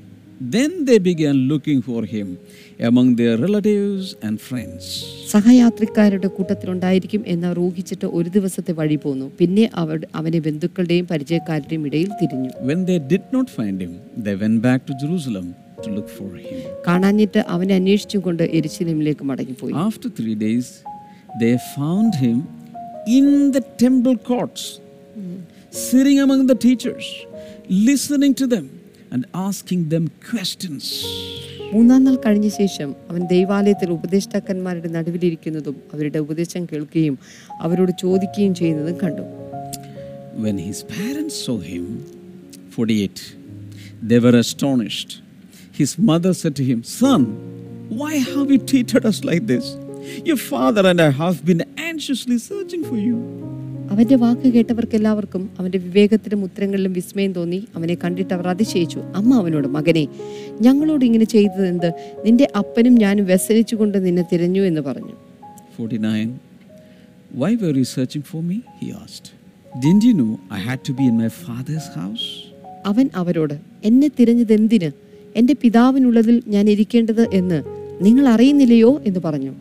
Then they began looking for him among their relatives and friends.
സഹയാത്രിക്കാരുടെ കൂട്ടത്തിലുണ്ടായിരിക്കും എന്നവർ ഊഹിച്ചിട്ട് ഒരു ദിവസത്തെ വഴി പോന്നു പിന്നെ അവർ അവനെ ബന്ധുക്കളുടെയും പരിചയക്കാരുടെയും ഇടയിൽ തിരിഞ്ഞു
When they did not find him, they went back to Jerusalem to look for him.
കാണാഞ്ഞിട്ട് അവനെ അന്വേഷിച്ചുകൊണ്ട് എരിശിലമിലേക്ക് മടങ്ങിപ്പോയി
After three days, they found him in the temple courts, sitting among the teachers, listening to them, and asking them questions.
മൂന്നാം നാൾ കഴിഞ്ഞ ശേഷം അവൻ ദൈവാലയത്തിൽ ഉപദേഷ്ടാക്കന്മാരുടെ നടുവിലിരിക്കുന്നതും അവരുടെ ഉപദേശം കേൾക്കുകയും അവരോട് ചോദിക്കുകയും ചെയ്യുന്നതും കണ്ടു
When his parents saw him, 48, they were astonished. His mother said to him, Son, why have you treated us like this? Your father and I have been anxiously searching for you.
അവന്റെ വാക്ക് കേട്ടവർക്കെല്ലാവർക്കും അവന്റെ വിവേകത്തിലും ഉത്തരങ്ങളിലും വിസ്മയം തോന്നി അവനെ കണ്ടിട്ട് അവർ അതിശയിച്ചു അമ്മ അവനോട് മകനെ ഞങ്ങളോട് ഇങ്ങനെ ചെയ്തതെന്ത് നിന്റെ അപ്പനും ഞാനും വ്യസനിച്ചുകൊണ്ട് നിന്നെ തിരഞ്ഞു എന്ന് പറഞ്ഞു
49. Why were you searching for me? He asked. Didn't you know I had to be in my father's house?
അവൻ അവരോട് എന്നെ തിരഞ്ഞതെന്തിന് എൻ്റെ പിതാവിനുള്ളതിൽ ഞാൻ ഇരിക്കേണ്ടത് എന്ന് നിങ്ങൾ അറിയുന്നില്ലയോ എന്ന് പറഞ്ഞു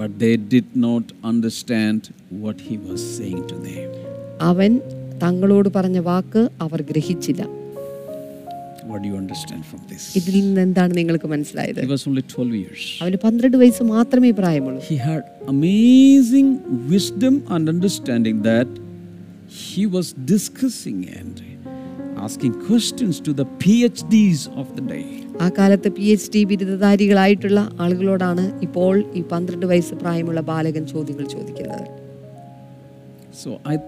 But they did not understand what he was saying to them.
അവൻ തങ്ങളോട് പറഞ്ഞ വാക്ക് അവർ ഗ്രഹിച്ചില്ല
What do you understand from this?
ഇതിൽ നിന്ന് എന്താണ് നിങ്ങൾക്ക് മനസ്സിലായത്
He was only 12 years.
അവന് പന്ത്രണ്ട് വയസ്സ് മാത്രമേ പ്രായമുള്ളൂ
He had amazing wisdom and understanding that he was discussing and asking questions to the PhDs of the day.
ആ കാലത്ത് പി എച്ച് ഡി ബിരുദധാരികളായിട്ടുള്ള ആളുകളോടാണ് ഇപ്പോൾ ഈ പന്ത്രണ്ട് വയസ്സ് പ്രായമുള്ള ബാലകൻ ചോദ്യങ്ങൾ ചോദിക്കുന്നത്
So I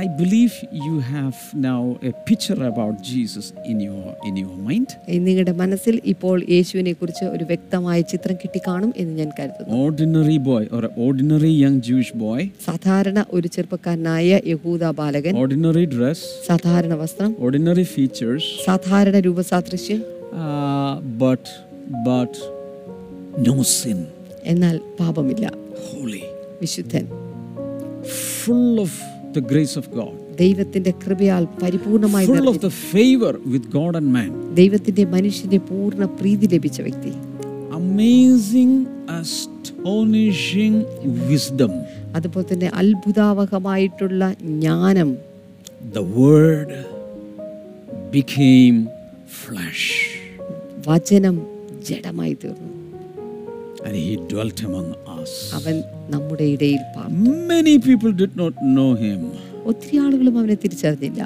I believe you have now a picture about Jesus in your in your mind.
ഈ നിങ്ങളുടെ മനസ്സിൽ ഇപ്പോൾ യേശുവിനെ കുറിച്ച് ഒരു വ്യക്തമായ ചിത്രം കിട്ടിക്കാണും എന്ന് ഞാൻ കരുതുന്നു
Ordinary boy or an ordinary young Jewish boy,
സാധാരണ ഒരു ചെറുപ്പക്കാരനായ യഹൂദ ബാലകൻ
ordinary dress,
സാധാരണ വസ്ത്രം
ordinary features,
സാധാരണ രൂപസാദൃശ്യം
uh, but but no sin,
എന്നാൽ പാപമില്ല
holy,
വിശുദ്ധൻ
full of the grace of God,
ദൈവത്തിന്റെ കൃപയാൽ പരിപൂർണമായി
full of
നിറഞ്ഞ-
the favor with God and man,
ദൈവത്തിന്റെ മനുഷ്യന്റെ പൂർണ്ണ പ്രീതി ലഭിച്ച വ്യക്തി
amazing, astonishing wisdom.
അതുപോലെ തന്നെ അത്ഭുതാവഹമായിട്ടുള്ള ജ്ഞാനം
The Word became flesh.
വചനം ജഡമായി തീർന്നു
and he dwelt among us.
അവൻ നമ്മുടെ ഇടയിൽ പാർന്നു
Many people did not know him,
ഒത്തിരി ആളുകളും അവനെ തിരിച്ചറിഞ്ഞില്ല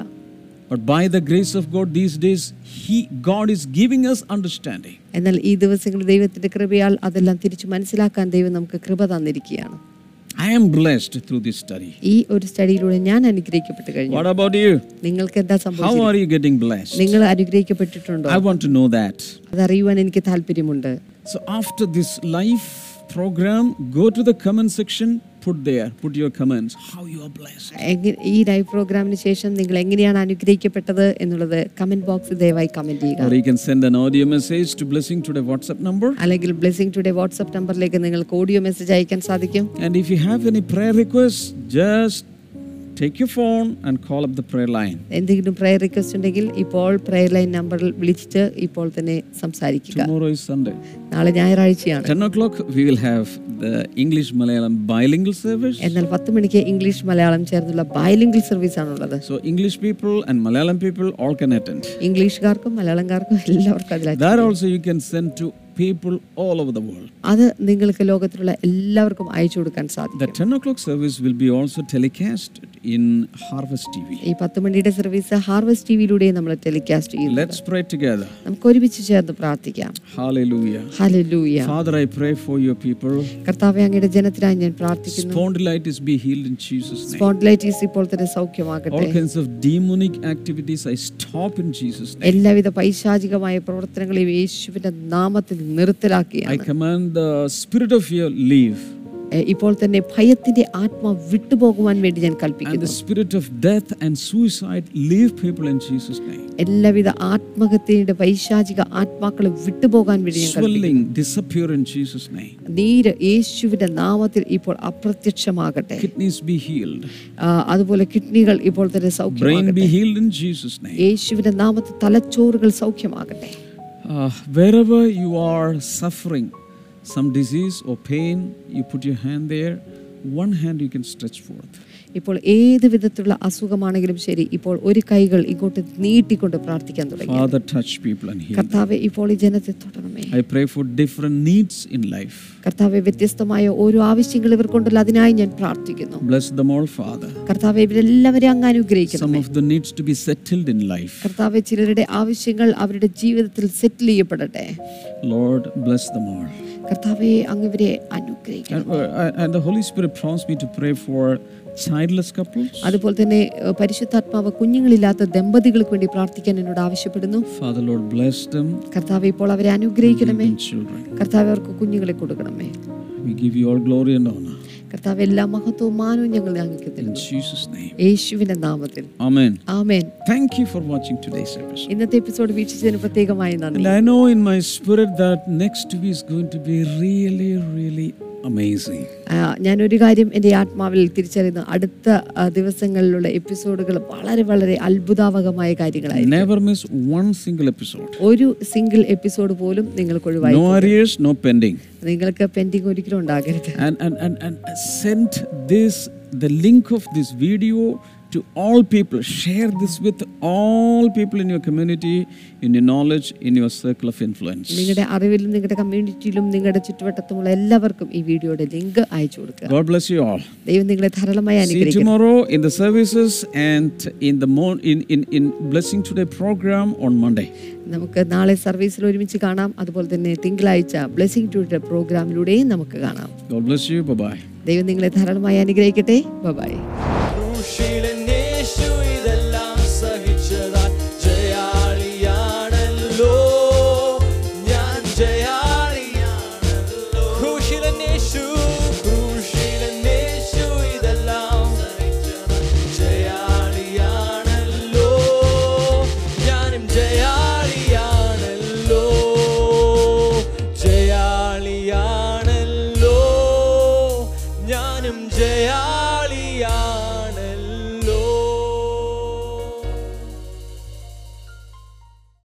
but by the grace of God, these days, he, God is giving us understanding.
എന്നാൽ ഈ ദിവസങ്ങളിൽ ദൈവത്തിന്റെ കൃപയാൽ അതെല്ലാം തിരിച്ചു മനസ്സിലാക്കാൻ ദൈവം നമുക്ക് കൃപ തന്നിരിക്കുകയാണ്
I am blessed through this study.
ഈ ഒരു സ്റ്റഡിയിലൂടെ ഞാൻ അനുഗ്രഹിക്കപ്പെട്ട് കഴിഞ്ഞു
What about you?
നിങ്ങൾക്ക് എന്താ
How
സംഭവിച്ചത്
are you getting blessed?
നിങ്ങൾ അനുഗ്രഹിക്കപ്പെട്ടിട്ടുണ്ടോ
I want to know that.
അതറിയുവാൻ എനിക്ക് താല്പര്യമുണ്ട്
So after this life program, go to the comment section, put there, put your comments, how you are blessed.
എങ്ങ- ഈ live പ്രോഗ്രാമിന് ശേഷം നിങ്ങൾ എങ്ങനെയാണ് അനുഗ്രഹിക്കപ്പെട്ടത് എന്നുള്ളത് കമന്റ് ബോക്സിൽ ദയവായി കമന്റ്
Or
ചെയ്യുക
you can send an audio message to Blessing Today WhatsApp number.
അല്ലെങ്കിൽ ബ്ലെസ്സിംഗ് ടുഡേ വാട്സ്ആപ്പ് നമ്പറിലേക്ക് നിങ്ങൾക്ക് ഓഡിയോ മെസ്സേജ് അയക്കാൻ സാധിക്കും
And if you have any prayer requests, just take your phone and call up the prayer line.
എന്തെങ്കിലും prayer request ഉണ്ടെങ്കിൽ ഇപ്പോൾ prayer line നമ്പറിൽ വിളിച്ചിട്ട് ഇപ്പോൾ തന്നെ സംസാരിക്കുക
Tomorrow is Sunday.
നാളെ ഞായറാഴ്ചയാണ്
10 o'clock, we will have the English Malayalam bilingual service.
എന്നാൽ പത്ത് മണിക്ക് ഇംഗ്ലീഷ് മലയാളം ചേർന്നുള്ള ബൈലിംഗൽ സർവീസ് ആണുള്ളത്
So, English people and Malayalam people all can attend.
ഇംഗ്ലീഷുകാർക്കും മലയാളംകാർക്കും എല്ലാവർക്കും അതിലായി
That also you can send to people all over the world.
അത് നിങ്ങൾക്ക് ലോകത്തിലുള്ള എല്ലാവർക്കും അയച്ചു കൊടുക്കാൻ സാധിക്കും
The 10 o'clock service will be also telecast in Harvest TV.
ഈ പത്ത് മണിയുടെ സർവീസ് ഹാർവസ്റ്റ് ടി വിയിലൂടെ നമ്മൾ ടെലികാസ്റ്റ് ചെയ്യുന്നു
Let's pray together.
നമുക്ക് ഒരുമിച്ച് ചേർന്ന് പ്രാർത്ഥിക്കാം
Hallelujah.
Hallelujah
Father, I pray for your people.
കർത്താവെ അങ്ങയുടെ ജനത്തിനായി ഞാൻ പ്രാർത്ഥിക്കുന്നു
Spondylitis be healed in Jesus' name.
സ്പോണ്ടിലൈറ്റീസ് ഇപ്പോൾ തന്നെ സൗഖ്യമാകട്ടെ
All kinds of demonic activities I stop in Jesus' name.
എല്ലാവിധ പൈശാചികമായ പ്രവർത്തനങ്ങളെയും യേശുവിന്റെ നാമത്തിൽ
I
നിർത്തലാക്കിയാണ്
command the spirit of fear leave
എ, ഇപ്പോൾ തന്നെ ഭയത്തിന്റെ ആത്മ വിട്ടുപോകുവാൻ വേണ്ടി ഞാൻ
and the
കൽപ്പിക്കുന്നു
spirit of death and suicide leave people in Jesus' name.
എല്ലാവിധ ആത്മഹത്യയുടെ പൈശാചിക ആത്മാക്കളെ വിട്ടുപോകാൻ വേണ്ടി ഞാൻ കൽപ്പിക്കുന്നു
Swelling disappear in Jesus' name.
നീര് യേശുവിന്റെ നാമത്തിൽ ഇപ്പോൾ അപ്രത്യക്ഷമാകട്ടെ
Kidneys be healed.
ആ, അതുപോലെ കിഡ്നികൾ ഇപ്പോൾ തന്നെ
Brain
സൗഖ്യമാകട്ടെ
be healed in Jesus' name.
യേശുവിന്റെ നാമത്തിൽ തലച്ചോറുകൾ സൗഖ്യമാകട്ടെ
Uh, wherever you are suffering some disease or pain, you put your hand there. One hand you can stretch forth.
ഇപ്പോൾ ഏത് വിധത്തിലുള്ള അസുഖമാണെങ്കിലും ശരി ഇപ്പോൾ ഒരു കൈകൾ ഇങ്ങോട്ട് നീട്ടിക്കൊണ്ട് പ്രാർത്ഥിക്കാൻ തുടങ്ങി
Father, touch people and heal.
കർത്താവെ ഇപ്പോൾ ഈ ജനത്തെ തൊടണമേ
I pray for different needs in life.
കർത്താവെ വ്യത്യസ്തമായ ഓരോ ആവശ്യങ്ങൾ ഇവർക്കുണ്ടല്ലോ അതിനായി ഞാൻ പ്രാർത്ഥിക്കുന്നു
Bless them all, Father.
കർത്താവെ ഇവരെല്ലാവരെയും അങ്ങ്
Some
അനുഗ്രഹിക്കണമേ
of the needs to be settled in life.
കർത്താവെ ചിലരുടെ ആവശ്യങ്ങൾ അവരുടെ ജീവിതത്തിൽ സെറ്റിൽ ചെയ്യപ്പെടട്ടെ
Lord, bless them all.
കർത്താവെ അങ്ങ് ഇവരെ അനുഗ്രഹിക്കണം
And, uh, and the Holy Spirit prompts me to pray for childless couples.
അതുപോലെ തന്നെ ഏഹ്, പരിശുദ്ധാത്മാവ് കുഞ്ഞുങ്ങളില്ലാത്ത ദമ്പതികൾക്ക് വേണ്ടി പ്രാർത്ഥിക്കാൻ എന്നോട് ആവശ്യപ്പെടുന്നു
Father, Lord, bless them.
കർത്താവ് ഇപ്പോൾ അവരെ അനുഗ്രഹിക്കണമേ
And children.
കർത്താവ് അവർക്ക് കുഞ്ഞുങ്ങളെ കൊടുക്കണമേ
We give you all glory and honor.
കർത്താവ് എല്ലാ മഹത്വവും മാനവും ഞങ്ങൾ ഞങ്ങൾക്ക്
In
തരുന്നു
Jesus' name.
യേശുവിന്റെ നാമത്തിൽ
Amen.
ആമേൻ
Thank you for watching today's episode.
ഇന്നത്തെ എപ്പിസോഡ് വീക്ഷിച്ചതിന് പ്രത്യേകമായി നന്ദി
And I know in my spirit that next week is going to be really, really amazing.
ആ, ഞാനൊരു കാര്യം എൻ്റെ ആത്മാവിൽ തിരിച്ചറിയുന്നു അടുത്ത ആ, ദിവസങ്ങളിലുള്ള എപ്പിസോഡുകൾ വളരെ വളരെ അത്ഭുതാവകമായ കാര്യങ്ങളായിരുന്നു
Never miss one single episode.
ഒരു സിംഗിൾ എപ്പിസോഡ് പോലും നിങ്ങൾക്ക് ഒഴിവായി
No arrears, no pending.
നിങ്ങൾക്ക് പെൻഡിങ് ഒരിക്കലും ഉണ്ടാകരുത്
And and and, and send this the link of this video to all people. Share this with all people in your community, in your knowledge, in your circle of influence.
നിങ്ങളുടെ അറിവിലും നിങ്ങളുടെ കമ്മ്യൂണിറ്റിയിലും നിങ്ങളുടെ ചുറ്റുവട്ടത്തുമുള്ള എല്ലാവർക്കും ഈ വീഡിയോയുടെ link അയച്ചു കൊടുക്കുക
God bless you all.
ദൈവം നിങ്ങളെ ധാരാളമായി
See you
അനുഗ്രഹിക്കും
tomorrow in the services and in the mon- in, in, in Blessing Today program on Monday.
നമുക്ക് നാളെ സർവീസിൽ ഒരുമിച്ച് കാണാം അതുപോലെ തന്നെ തിങ്കളാഴ്ച ബ്ലെസ്സിംഗ് ടൂറിന്റെ പ്രോഗ്രാമിലൂടെയും നമുക്ക് കാണാം
God bless you. Bye bye.
ദൈവം നിങ്ങളെ ധാരാളമായി അനുഗ്രഹിക്കട്ടെ ബൈ
ക്രൂശിലെ യേശു ഇതെല്ലാം സഹിച്ചതാൽ ജയാളിയാണല്ലോ ഞാൻ ജയാളിയാണല്ലോ ക്രൂശിലെ യേശു ക്രൂശിലെ യേശു ഇതെല്ലാം സഹിച്ചതാൽ ജയാളിയാണല്ലോ ഞാനും ജയാളിയാണല്ലോ ജയാളിയാണല്ലോ ഞാനും ജയാളിയാ